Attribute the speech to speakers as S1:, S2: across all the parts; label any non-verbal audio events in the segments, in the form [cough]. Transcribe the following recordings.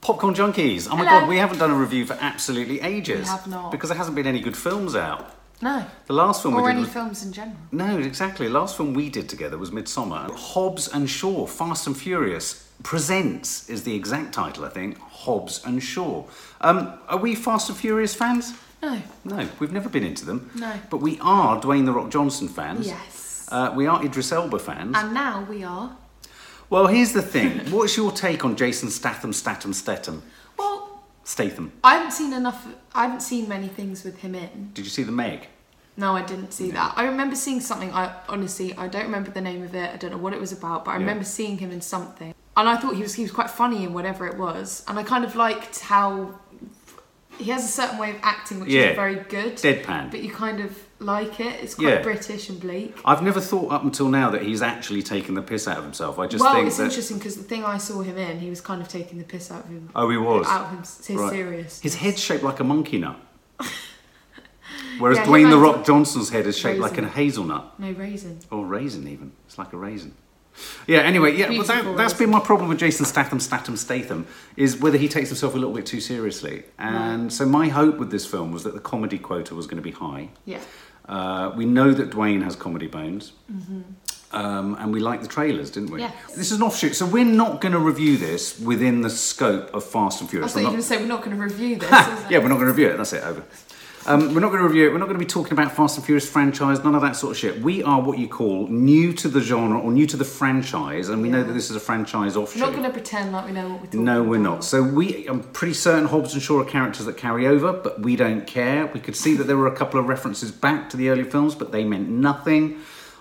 S1: Popcorn Junkies. Oh my
S2: Hello.
S1: god, we haven't done a review for absolutely ages.
S2: We have not.
S1: Because there hasn't been any good films out.
S2: No.
S1: The last film we
S2: Or
S1: did
S2: any
S1: was-
S2: films in general.
S1: No, exactly. Last film we did together was Midsummer. Hobbs and Shaw, Fast and Furious Presents is the exact title, I think. Hobbs and Shaw. Um, are we Fast and Furious fans?
S2: No.
S1: No, we've never been into them.
S2: No.
S1: But we are Dwayne The Rock Johnson fans.
S2: Yes.
S1: Uh, we are Idris Elba fans.
S2: And now we are.
S1: well, here's the thing. What's your take on Jason Statham, Statham, Statham?
S2: Well,
S1: Statham.
S2: I haven't seen enough. I haven't seen many things with him in.
S1: Did you see The Meg?
S2: No, I didn't see that. I remember seeing something. I honestly, I don't remember the name of it. I don't know what it was about, but I
S1: Yeah.
S2: remember seeing him in something, and I thought he was he was quite funny in whatever it was, and I kind of liked how he has a certain way of acting, which
S1: Yeah.
S2: is very good,
S1: Deadpan.
S2: but you kind of like it. It's quite
S1: Yeah.
S2: British and bleak.
S1: I've never thought up until now that he's actually taken the piss out of himself. I just
S2: well,
S1: think
S2: it's
S1: that.
S2: interesting because the thing I saw him in, he was kind of taking the piss out of him.
S1: Oh, he was.
S2: Out of him, his
S1: Right.
S2: serious.
S1: His head's shaped like a monkey
S2: [laughs]
S1: nut. Whereas
S2: Yeah, he
S1: Dwayne the
S2: might-
S1: Rock Johnson's head is shaped like a
S2: Raisin.
S1: hazelnut.
S2: No raisin.
S1: Or raisin, even. It's like a raisin. Yeah, anyway, yeah, but that,
S2: Beautiful
S1: that's
S2: raisin.
S1: been my problem with Jason Statham, Statham, Statham, is whether he takes himself a little bit too seriously. And so my hope with this film was that the comedy quota was going to be high.
S2: Yeah.
S1: Uh, we know that Dwayne has comedy bones. Um, and we like the trailers, didn't we?
S2: Mm-hmm. Yes.
S1: This is an offshoot, so we're not going to review this within the scope of Fast and
S2: I
S1: Furious.
S2: thought
S1: I'm not-
S2: you were going to say we're not going
S1: [laughs]
S2: to review this. is it?
S1: yeah, we're not going to review it. That's it. Over. Um, we're not going to review it. We're not going to be talking about Fast and Furious franchise, none of that sort of shit. We are what you call new to the genre or new to the franchise, and we know
S2: Yeah.
S1: that this is a franchise
S2: We're
S1: offshoot.
S2: not going to pretend like we know what we're talking
S1: No, we're
S2: about.
S1: not. So we, I'm pretty certain Hobbs and Shaw are characters that carry over, but we don't care. We could see that there were a couple of references back to the early films, but they meant nothing.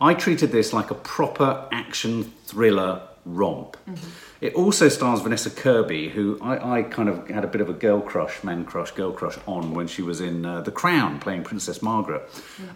S1: I treated this like a proper action thriller romp. It also stars Vanessa Kirby, who I, I kind of had a bit of a girl crush, man crush, girl crush on when she was in uh, The Crown playing Princess Margaret.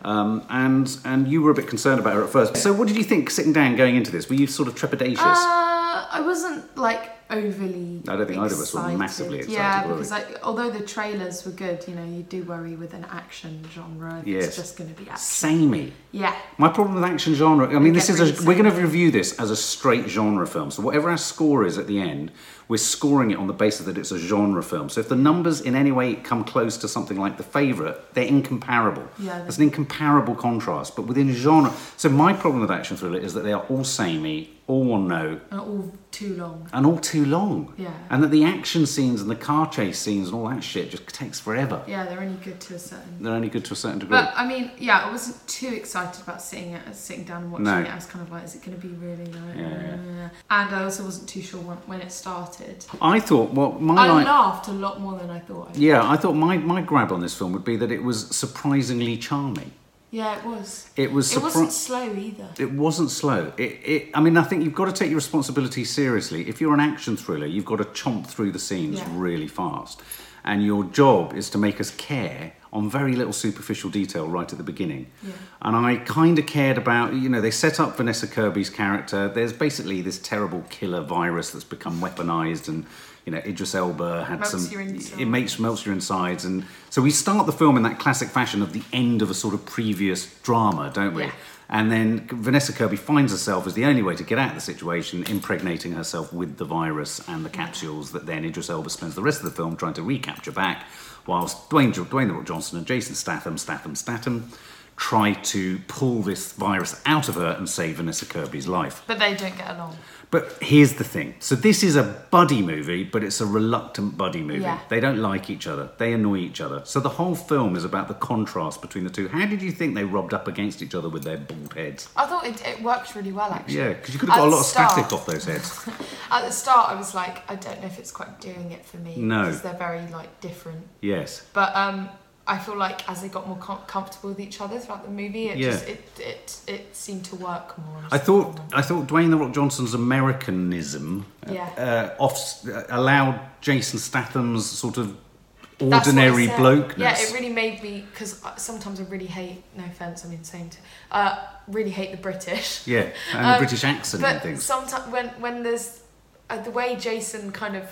S1: Um, and and you were a bit concerned about her at first. So what did you think sitting down going into this? Were you sort of trepidatious?
S2: Uh, I wasn't like overly.
S1: I don't think either of us were massively
S2: Yeah,
S1: excited, were we?
S2: because like, although the trailers were good, you know, you do worry with an action genre.
S1: Yes.
S2: It's just going to be action.
S1: Samey.
S2: Yeah.
S1: My problem with action genre, I mean, this is
S2: get
S1: a,
S2: really
S1: we're going to review this as a straight genre film. So whatever our score is at the end, we're scoring it on the basis that it's a genre film. So if the numbers in any way come close to something like The Favourite, they're incomparable.
S2: Yeah,
S1: That's
S2: they-
S1: an incomparable contrast. But within genre, so my problem with action thriller is that they are all samey, all one note,
S2: And all too long.
S1: and all too long.
S2: Yeah.
S1: And that the action scenes and the car chase scenes and all that shit just takes forever.
S2: Yeah, they're only good to a certain.
S1: They're only good to a certain degree.
S2: But I mean, yeah, I wasn't too excited about sitting it, sitting down and watching
S1: No.
S2: it. I was kind of like, is it going to be really like?
S1: Yeah, yeah.
S2: uh, And I also wasn't too sure when, when it started.
S1: I thought, well, my
S2: I
S1: like-
S2: laughed a lot more than I thought. I would.
S1: Yeah, I thought my, my grab on this film would be that it was surprisingly charming.
S2: Yeah, it was.
S1: It was
S2: It wasn't
S1: surpri-
S2: slow either.
S1: it wasn't slow. It, it I mean I think you've got to take your responsibility seriously. If you're an action thriller, you've got to chomp through the scenes
S2: Yeah.
S1: really fast. And your job is to make us care on very little superficial detail right at the beginning.
S2: Yeah.
S1: And I kind of cared about, you know, they set up Vanessa Kirby's character. There's basically this terrible killer virus that's become weaponized and you know, Idris Elba had
S2: Melts
S1: some
S2: your insides.
S1: it makes melts your insides and so we start the film in that classic fashion of the end of a sort of previous drama, don't we?
S2: Yeah.
S1: And then Vanessa Kirby finds herself as the only way to get out of the situation, impregnating herself with the virus and the capsules that then Idris Elba spends the rest of the film trying to recapture back, whilst Dwayne, Dwayne The Rock Johnson and Jason Statham, Statham, Statham try to pull this virus out of her and save Vanessa Kirby's life.
S2: But they don't get along.
S1: But here's the thing. So this is a buddy movie, but it's a reluctant buddy movie.
S2: Yeah.
S1: They don't like each other. They annoy each other. So the whole film is about the contrast between the two. How did you think they rubbed up against each other with their bald heads?
S2: I thought it, it worked really well actually.
S1: Yeah, because you could have got
S2: At
S1: a lot
S2: the
S1: of
S2: start-
S1: static off those heads.
S2: At the start, I was like, I don't know if it's quite doing it for me.
S1: No.
S2: Because they're very like different.
S1: Yes.
S2: But um, I feel like as they got more com- comfortable with each other throughout the movie, it
S1: Yeah.
S2: just it, it it seemed to work more.
S1: I thought I thought Dwayne the Rock Johnson's Americanism
S2: Yeah.
S1: uh, off, allowed Jason Statham's sort of
S2: That's what I
S1: ordinary
S2: said.
S1: blokeness.
S2: Yeah, it really made me because sometimes I really hate. No offense, I mean same. To, uh, really hate the British.
S1: Yeah, and the
S2: Um,
S1: British accent and
S2: But
S1: things.
S2: sometimes when when there's uh, the way Jason kind of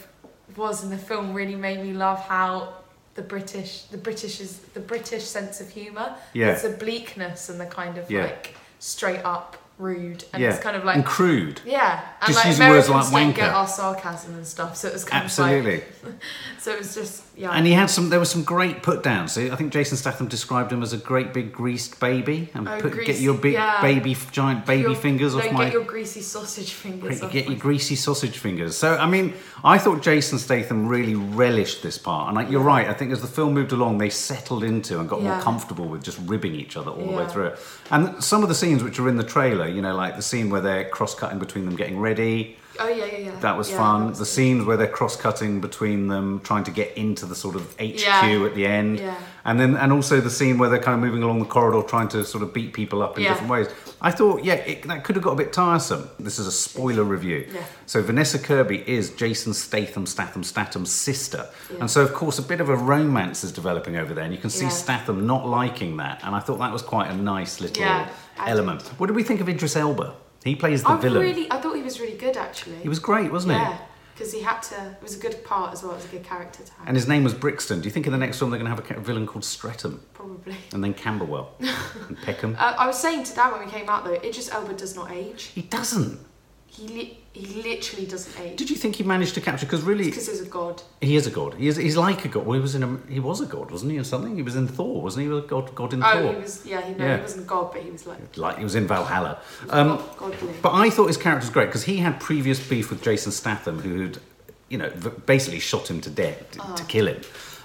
S2: was in the film really made me love how the British the British is the British sense of humour.
S1: Yeah.
S2: It's the bleakness and the kind of
S1: Yeah.
S2: like straight up rude and
S1: yeah.
S2: it's kind of like
S1: and crude.
S2: yeah, and
S1: Just
S2: like
S1: using words
S2: Americans
S1: like
S2: don't get
S1: wanker.
S2: our sarcasm and stuff, so it was kind of
S1: Absolutely.
S2: like so it was just yeah.
S1: And he had some. There were some great put downs. I think Jason Statham described him as a great big greased baby. And
S2: Oh,
S1: put, get
S2: greased,
S1: your big
S2: yeah.
S1: baby, giant baby
S2: Your-
S1: fingers
S2: no,
S1: off
S2: get
S1: my.
S2: your greasy sausage fingers
S1: Get,
S2: off
S1: get
S2: my
S1: your greasy sausage fingers. So, I mean, I thought Jason Statham really relished this part. And like, you're right, I think as the film moved along, they settled into and got more
S2: Yeah.
S1: comfortable with just ribbing each other all the way
S2: Yeah.
S1: through it. And some of the scenes which are in the trailer, you know, like the scene where they're cross cutting between them getting ready,
S2: Oh yeah, yeah, yeah.
S1: that was
S2: Yeah,
S1: fun.
S2: that
S1: the
S2: was-
S1: scenes where they're cross cutting between them trying to get into the sort of HQ
S2: Yeah.
S1: at the end.
S2: Yeah.
S1: And then, and also the scene where they're kind of moving along the corridor trying to sort of beat people up in
S2: Yeah.
S1: different ways. I thought, yeah, it, that could have got a bit tiresome. This is a spoiler review.
S2: Yeah.
S1: So Vanessa Kirby is Jason Statham, Statham, Statham's sister.
S2: Yeah.
S1: And so, of course, a bit of a romance is developing over there. And you can see
S2: Yeah.
S1: Statham not liking that. And I thought that was quite a nice little
S2: Yeah, I
S1: element. What did we think of Idris Elba? He plays the
S2: I
S1: villain.
S2: really, I thought he was really good actually.
S1: He was great, wasn't he?
S2: yeah, because he had to. It was a good part as well. It was a good character to have.
S1: And his name was Brixton. Do you think in the next film they're going to have a ca- villain called Streatham
S2: probably. [laughs]
S1: and then Camberwell and Peckham?
S2: Uh, I was saying to Dan when we came out though, Idris Elba does not age.
S1: He doesn't.
S2: He li- he literally doesn't age
S1: Did you think he managed to capture? Because really,
S2: because he's a god.
S1: he is a god. He is, he's like a god. Well, he was in a, he was a god, wasn't he? In something, he was in Thor, wasn't he? He was a god, god in
S2: Oh,
S1: Thor.
S2: he was yeah. He, no,
S1: Yeah.
S2: he wasn't a god, but he was like
S1: Like he was in Valhalla. Um,
S2: god- godly.
S1: But I thought his character was great because he had previous beef with Jason Statham, who'd, you know, v- basically shot him to death to,
S2: Oh.
S1: to kill him.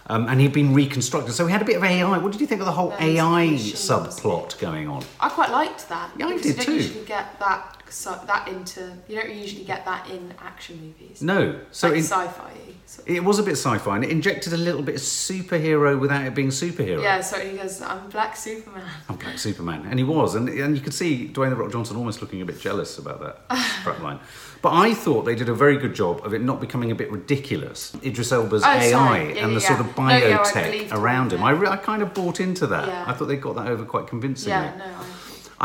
S1: Um, and he'd been reconstructed. So we had a bit of AI. What did you think of the whole
S2: Those
S1: AI
S2: machines.
S1: subplot going on?
S2: I quite liked that.
S1: Yeah, I
S2: because
S1: did
S2: you don't
S1: too.
S2: Usually get that so, that into you don't usually get that in action movies.
S1: No. So
S2: so like
S1: in,
S2: sci-fi. sort
S1: It was a bit sci-fi, and it injected a little bit of superhero without it being superhero.
S2: of. Yeah, so he goes, I'm Black Superman.
S1: I'm Black Superman, and he was, and, and you could see Dwayne the Rock Johnson almost looking a bit jealous about
S2: [laughs]
S1: that front line. But I thought they did a very good job of it not becoming a bit ridiculous. Idris Elba's
S2: Oh,
S1: AI
S2: sorry.
S1: and
S2: Yeah,
S1: the
S2: yeah,
S1: sort of
S2: yeah. No, yeah, I
S1: biotech
S2: believed all
S1: around
S2: of
S1: him,
S2: it.
S1: I, re- I kind of bought into that.
S2: Yeah.
S1: I thought they got that over quite convincingly.
S2: Yeah, no. I,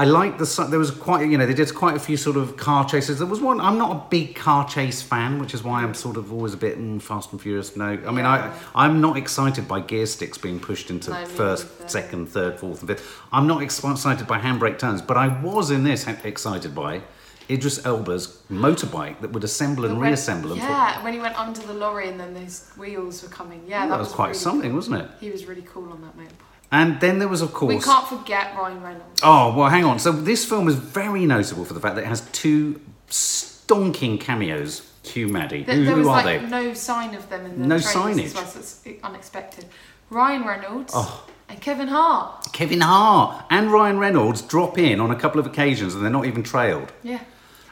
S1: I liked the si- there was quite you know they did quite a few sort of car chases. There was one I'm not a big car chase fan, which is why I'm sort of always a bit mm, Fast and Furious. No, I mean
S2: Yeah.
S1: I I'm not excited by gear sticks being pushed into
S2: No, me
S1: first,
S2: neither.
S1: second, third, fourth, and fifth. I'm not ex- excited by handbrake turns, but I was in this ha- excited by Idris Elba's motorbike that would assemble and
S2: But when-
S1: reassemble. and
S2: Yeah, when he went under the lorry and then those wheels were coming. Yeah,
S1: Oh, that, was, quite
S2: really
S1: something,
S2: cool.
S1: wasn't it?
S2: He was really cool on that motorbike.
S1: And then there was of
S2: We
S1: course
S2: can't forget Ryan Reynolds.
S1: Oh, well, hang on. So this film is very notable for the fact that it has two stonking cameos. Hugh Maddie.
S2: There,
S1: who
S2: there
S1: who
S2: was
S1: are
S2: like
S1: they?
S2: no sign of them in the
S1: No
S2: trailers as
S1: signage.
S2: well, so it's unexpected. Ryan Reynolds
S1: Oh.
S2: and Kevin Hart.
S1: Kevin Hart and Ryan Reynolds drop in on a couple of occasions and they're not even trailed.
S2: Yeah.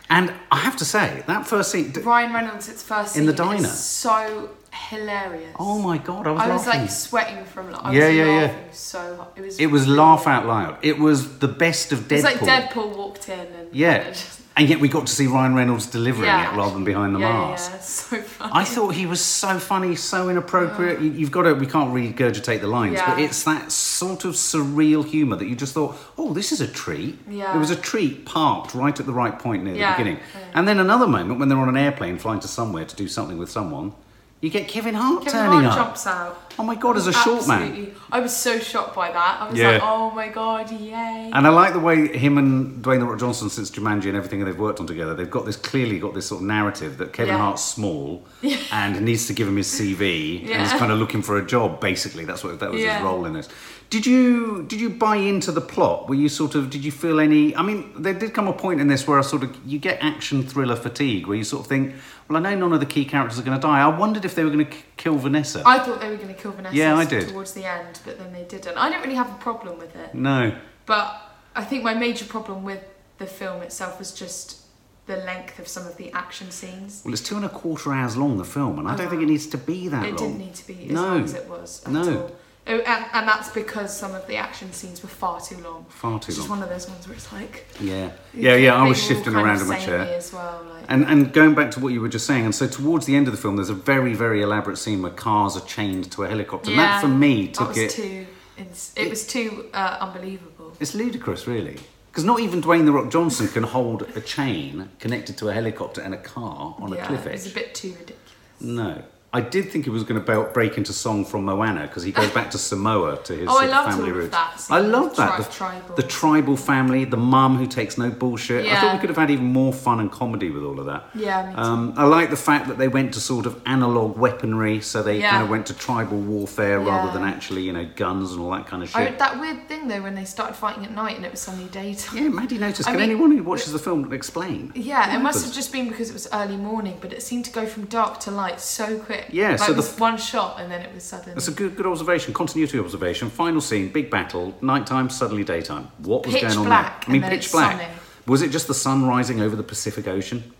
S1: And I have to say, that first scene. d-
S2: Ryan Reynolds, its first
S1: In the
S2: scene is
S1: diner.
S2: so hilarious.
S1: Oh my god, I was
S2: I was
S1: laughing.
S2: like sweating from like, I
S1: Yeah,
S2: was
S1: yeah, yeah.
S2: laughing so hard. It was
S1: It was
S2: really-
S1: laugh out loud. It was the best of Deadpool.
S2: It's like Deadpool walked in and and
S1: Yeah.
S2: it [laughs] just-
S1: And yet we got to see Ryan Reynolds delivering
S2: yeah,
S1: it rather than behind the
S2: yeah,
S1: mask.
S2: Yeah, [laughs] yeah. so funny.
S1: I thought he was so funny, so inappropriate. You, you've got to, we can't regurgitate the lines, but
S2: Yeah.
S1: it's that sort of surreal humour that you just thought, oh, this is a treat.
S2: Yeah.
S1: It was a treat parked right at the right point near
S2: Yeah.
S1: the beginning.
S2: Yeah.
S1: And then another moment when they're on an airplane flying to somewhere to do something with someone, you get Kevin Hart
S2: Kevin
S1: turning
S2: Hart
S1: up.
S2: jumps out.
S1: Oh my God, as a short man.
S2: Absolutely. I was so shocked by that. I was
S1: Yeah.
S2: like, oh my god, yay.
S1: And I like the way him and Dwayne the Rock Johnson, since Jumanji and everything they've worked on together, they've got this clearly got this sort of narrative that Kevin
S2: Yeah.
S1: Hart's
S2: [laughs]
S1: small and needs to give him his CV and
S2: Yeah.
S1: he's kind of looking for a job. Basically, that's what that was his
S2: Yeah.
S1: role in this. Did you did you buy into the plot? Were you sort of did you feel any? I mean, there did come a point in this where I sort of you get action thriller fatigue where you sort of think, well, I know none of the key characters are going to die. I wondered if they were going to kill Vanessa.
S2: I thought they were going to kill Vanessa
S1: Yeah, I did.
S2: towards the end, but then they didn't. I don't really have a problem with it.
S1: no.
S2: But I think my major problem with the film itself was just the length of some of the action scenes.
S1: Well, it's two and a quarter hours long, the film, and I don't
S2: Oh.
S1: think it needs to be that
S2: it
S1: long.
S2: didn't need to be as
S1: No.
S2: long as it was at
S1: No.
S2: all. Oh, and, and that's because some of the action scenes were far too long.
S1: Far too
S2: It's
S1: long.
S2: just one of those ones where it's like.
S1: Yeah, yeah, yeah. I
S2: they
S1: was
S2: all
S1: shifting
S2: kind
S1: around
S2: of
S1: in my
S2: samey
S1: chair.
S2: As well, like,
S1: And, and going back to what you were just saying, and so towards the end of the film, there's a very, very elaborate scene where cars are chained to a helicopter. And that for me
S2: that
S1: took
S2: was
S1: it.
S2: Too, ins- it was too uh, unbelievable.
S1: It's ludicrous, really. Because not even Dwayne The Rock Johnson can hold a chain connected to a helicopter and a car on
S2: yeah,
S1: a cliff
S2: It was a
S1: edge.
S2: bit too ridiculous.
S1: No. I did think he was going to break into song from Moana because he goes back to Samoa to his
S2: [laughs] Oh,
S1: sort
S2: I
S1: of
S2: loved
S1: family
S2: all of
S1: roots.
S2: that, so
S1: I
S2: the
S1: love that.
S2: tri-
S1: the,
S2: tribal.
S1: the tribal family, the mum who takes no bullshit. I thought
S2: Yeah.
S1: we could have had even more fun and comedy with all of that.
S2: Yeah, me too.
S1: Um, I like the fact that they went to sort of analog weaponry, so they
S2: Yeah.
S1: kind of went to tribal warfare rather
S2: Yeah.
S1: than actually, you know, guns and all that kind of
S2: I,
S1: shit.
S2: that weird thing though when they started fighting at night and it was suddenly daytime. [laughs]
S1: yeah, Maddie noticed.
S2: I
S1: Can
S2: mean-
S1: anyone who watches the film explain?
S2: Yeah, it must
S1: happens?
S2: have just been because it was early morning, but it seemed to go from dark to light so quick.
S1: Yeah,
S2: like
S1: so
S2: it
S1: the-
S2: was one shot and then it was suddenly.
S1: That's a good, good observation. Continuity observation. Final scene, big battle. Nighttime, suddenly daytime. What was
S2: Pitch
S1: going on
S2: black,
S1: there? I mean,
S2: and then
S1: pitch
S2: it's
S1: black.
S2: sunny.
S1: Was it just the sun rising over the Pacific Ocean?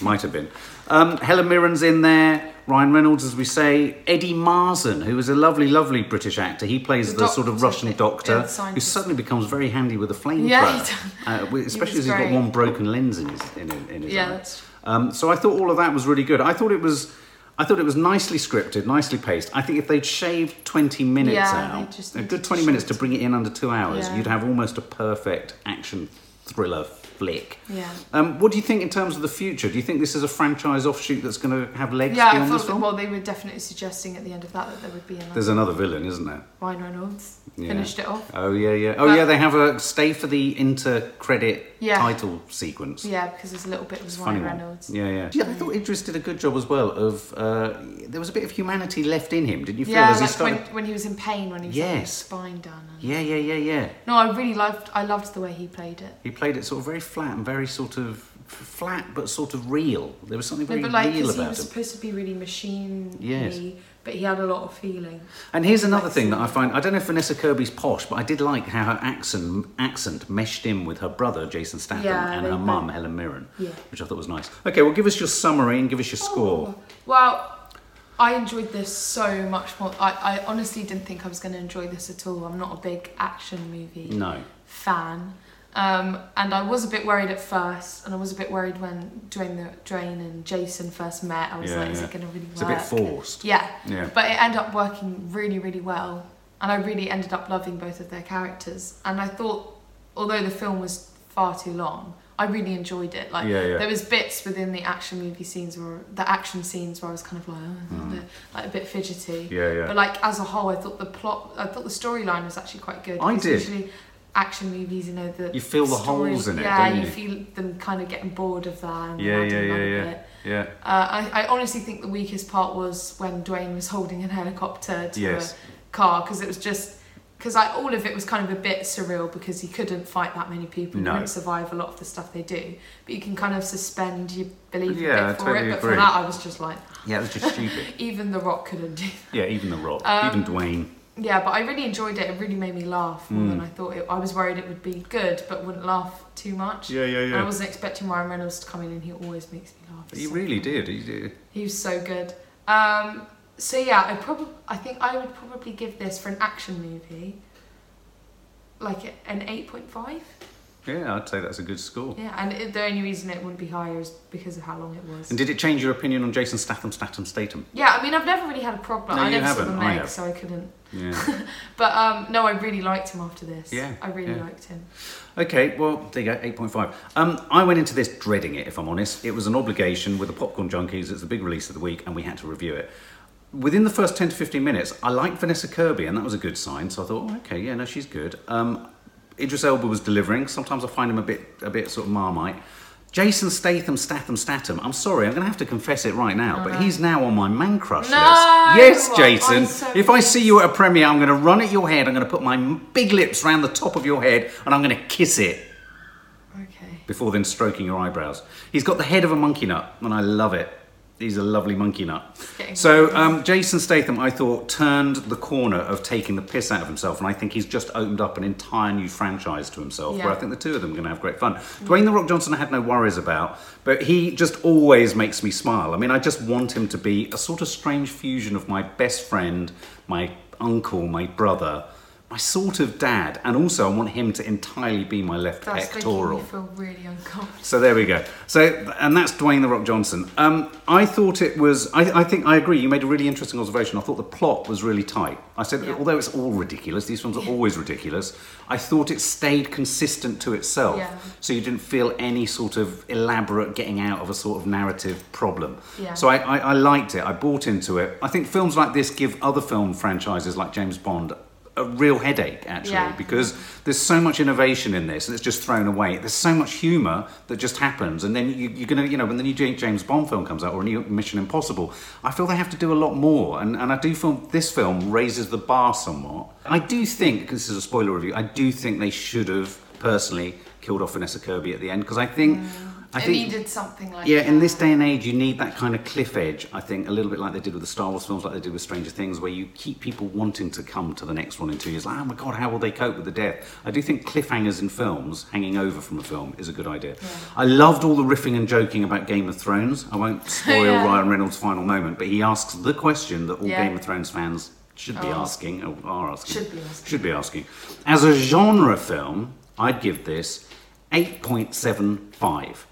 S1: Might have been. Um, Helen Mirren's in there. Ryan Reynolds, as we say, Eddie Marzen, who is a lovely, lovely British actor. He plays
S2: The
S1: the, sort of
S2: doctor,
S1: Russian
S2: the-
S1: doctor
S2: the
S1: who
S2: scientist.
S1: suddenly becomes very handy with a flamethrower.
S2: Yeah, he
S1: uh, with- especially as
S2: was
S1: he's got
S2: great.
S1: one broken lens in his in, his- in his
S2: Yeah,
S1: eye.
S2: that's-
S1: Um, so I thought all of that was really good. I thought it was, I thought it was nicely scripted, nicely paced. I think if they'd shaved twenty minutes
S2: Yeah, they
S1: out,
S2: just
S1: a
S2: needed
S1: good
S2: to
S1: twenty minutes to
S2: shorten.
S1: bring it in under two hours,
S2: Yeah.
S1: you'd have almost a perfect action thriller flick.
S2: Yeah.
S1: Um, what do you think in terms of the future? Do you think this is a franchise offshoot that's going to have legs
S2: yeah, I
S1: beyond
S2: thought
S1: this
S2: that,
S1: film?
S2: well they were definitely suggesting at the end of that that there would be another.
S1: There's another villain, isn't there?
S2: Ryan Reynolds
S1: Yeah.
S2: finished it off.
S1: Oh yeah, yeah. Oh
S2: But-
S1: yeah, they have a stay for the inter-credit
S2: Yeah.
S1: title sequence.
S2: Yeah, because there's a little bit with
S1: Funny
S2: Ryan
S1: one.
S2: Reynolds.
S1: Yeah, yeah. I thought Idris did a good job as well. Of uh, there was a bit of humanity left in him, didn't you feel?
S2: Yeah,
S1: as he
S2: like
S1: started.
S2: when, when he was in pain, when he was having his
S1: Yes.
S2: spine done. And...
S1: Yeah, yeah, yeah, yeah.
S2: No, I really loved. I loved the way he played it.
S1: He played it sort of very flat and very sort of flat, but sort of real. There was something
S2: No,
S1: very
S2: but like,
S1: real
S2: because he
S1: about
S2: was
S1: him.
S2: supposed to be really machine
S1: Yes.
S2: but he had a lot of feeling.
S1: And here's another
S2: like
S1: thing that I
S2: something.
S1: find I don't know if Vanessa Kirby's posh, but I did like how her accent accent meshed in with her brother Jason Statham
S2: Yeah,
S1: and
S2: they
S1: her
S2: both-
S1: mum Helen Mirren,
S2: Yeah.
S1: which I thought was nice. Okay, well, give us your summary and give us your
S2: Oh.
S1: score.
S2: Well, I enjoyed this so much more. I, I honestly didn't think I was going to enjoy this at all. I'm not a big action movie
S1: No.
S2: fan. Um, and I was a bit worried at first, and I was a bit worried when during the Drain and Jason first met. I was
S1: Yeah,
S2: like, is
S1: yeah.
S2: it going to really work?
S1: It's a bit forced.
S2: Yeah.
S1: Yeah.
S2: But it ended up working really, really well. And I really ended up loving both of their characters. And I thought, although the film was far too long, I really enjoyed it. Like
S1: Yeah, yeah.
S2: there was bits within the action movie scenes or the action scenes where I was kind of like, oh, a bit, like a bit fidgety.
S1: Mm. Yeah, yeah.
S2: But like as a whole, I thought the plot, I thought the storyline was actually quite good.
S1: I
S2: because
S1: did.
S2: Usually, action movies, you know, the
S1: You feel the holes in it,
S2: Yeah,
S1: don't
S2: you
S1: you?
S2: feel them kind of getting bored of that. And
S1: Yeah, yeah,
S2: adding
S1: yeah,
S2: another
S1: yeah,
S2: bit.
S1: yeah.
S2: Uh, I, I honestly think the weakest part was when Dwayne was holding a helicopter to
S1: Yes.
S2: a car because it was just because I all of it was kind of a bit surreal because he couldn't fight that many people
S1: No.
S2: and wouldn't survive a lot of the stuff they do. But you can kind of suspend your belief
S1: Yeah,
S2: a
S1: I
S2: bit for
S1: totally
S2: it. But
S1: agree.
S2: for that, I was just like,
S1: Yeah, it was just stupid.
S2: even The Rock couldn't do. [laughs] That.
S1: [laughs] Yeah, even The Rock,
S2: Um,
S1: even Dwayne.
S2: Yeah, but I really enjoyed it. It really made me laugh more
S1: Mm.
S2: than I thought. It, I was worried it would be good, but wouldn't laugh too much.
S1: Yeah, yeah,
S2: And
S1: yeah.
S2: I wasn't expecting Ryan Reynolds to come in, and he always makes me laugh.
S1: He
S2: So-
S1: really did. He did.
S2: He was so good. Um, so yeah, I probably I think I would probably give this for an action movie, like a- an eight point five.
S1: Yeah, I'd say that's a good score.
S2: Yeah, and it, the only reason it wouldn't be higher is because of how long it was.
S1: And did it change your opinion on Jason Statham, Statham, Statham?
S2: yeah, I mean I've never really had a problem.
S1: No,
S2: I
S1: you
S2: never saw
S1: haven't.
S2: the
S1: I
S2: Meg,
S1: have.
S2: so I couldn't.
S1: Yeah.
S2: But um, no, I really liked him after this.
S1: Yeah,
S2: I really
S1: yeah.
S2: liked him.
S1: [laughs] okay, well, there you go, 8.5. Um, I went into this dreading it, if I'm honest. It was an obligation with the Popcorn Junkies. It's the big release of the week, and we had to review it. Within the first 10 to 15 minutes, I liked Vanessa Kirby, and that was a good sign. So I thought, oh, okay, yeah, no, she's good. Um, Idris Elba was delivering. Sometimes I find him a bit, a bit sort of marmite. Jason Statham, Statham, Statham. I'm sorry, I'm going to have to confess it right now, but he's now on my man crush
S2: Uh-huh. No!
S1: list. Yes,
S2: I'm
S1: Jason.
S2: so
S1: if I see you at a premiere, I'm going to run at your head. I'm going to put my m- big lips round the top of your head and I'm going to kiss it
S2: Okay.
S1: before then stroking your eyebrows. He's got the head of a monkey nut, and I love it. He's a lovely monkey nut.
S2: getting
S1: So um, Jason Statham, I thought, turned the corner of taking the piss out of himself, and I think he's just opened up an entire new franchise to himself. Where
S2: Yeah.
S1: I think the two of them are going to have great fun. Dwayne the Rock Johnson, I had no worries about, but he just always makes me smile. I mean, I just want him to be a sort of strange fusion of my best friend, my uncle, my brother. my sort of dad, and also I want him to entirely be my left
S2: That's
S1: pectoral.
S2: making me feel really uncomfortable.
S1: So there we go. So and that's Dwayne the Rock Johnson. Um, I thought it was. I, I think I agree. You made a really interesting observation. I thought the plot was really tight. I said
S2: Yeah.
S1: although it's all ridiculous, these films are always ridiculous. I thought it stayed consistent to itself,
S2: Yeah.
S1: so you didn't feel any sort of elaborate getting out of a sort of narrative problem.
S2: Yeah.
S1: So I, I, I liked it. I bought into it. I think films like this give other film franchises like James Bond a real headache actually
S2: Yeah.
S1: because there's so much innovation in this and it's just thrown away. There's so much humour that just happens, and then you, you're gonna, you know, when the new J- James Bond film comes out or a new Mission Impossible, I feel they have to do a lot more, and, and I do feel this film raises the bar somewhat. I do think, 'cause this is a spoiler review, I do think they should have personally killed off Vanessa Kirby at the end because I think, I
S2: it
S1: think.
S2: needed something like
S1: yeah,
S2: that.
S1: in this day and age, you need that kind of cliff edge, I think, a little bit like they did with the Star Wars films, like they did with Stranger Things, where you keep people wanting to come to the next one in two years. Like, oh my God, how will they cope with the death? I do think cliffhangers in films, hanging over from a film, is a good idea. I loved all the riffing and joking about Game of Thrones. I won't spoil
S2: [laughs] Yeah.
S1: Ryan Reynolds' final moment, but he asks the question that all
S2: Yeah.
S1: Game of Thrones fans should be
S2: Oh.
S1: asking, or are asking.
S2: Should be asking.
S1: Should be asking. As a genre film, I'd give this 8.75.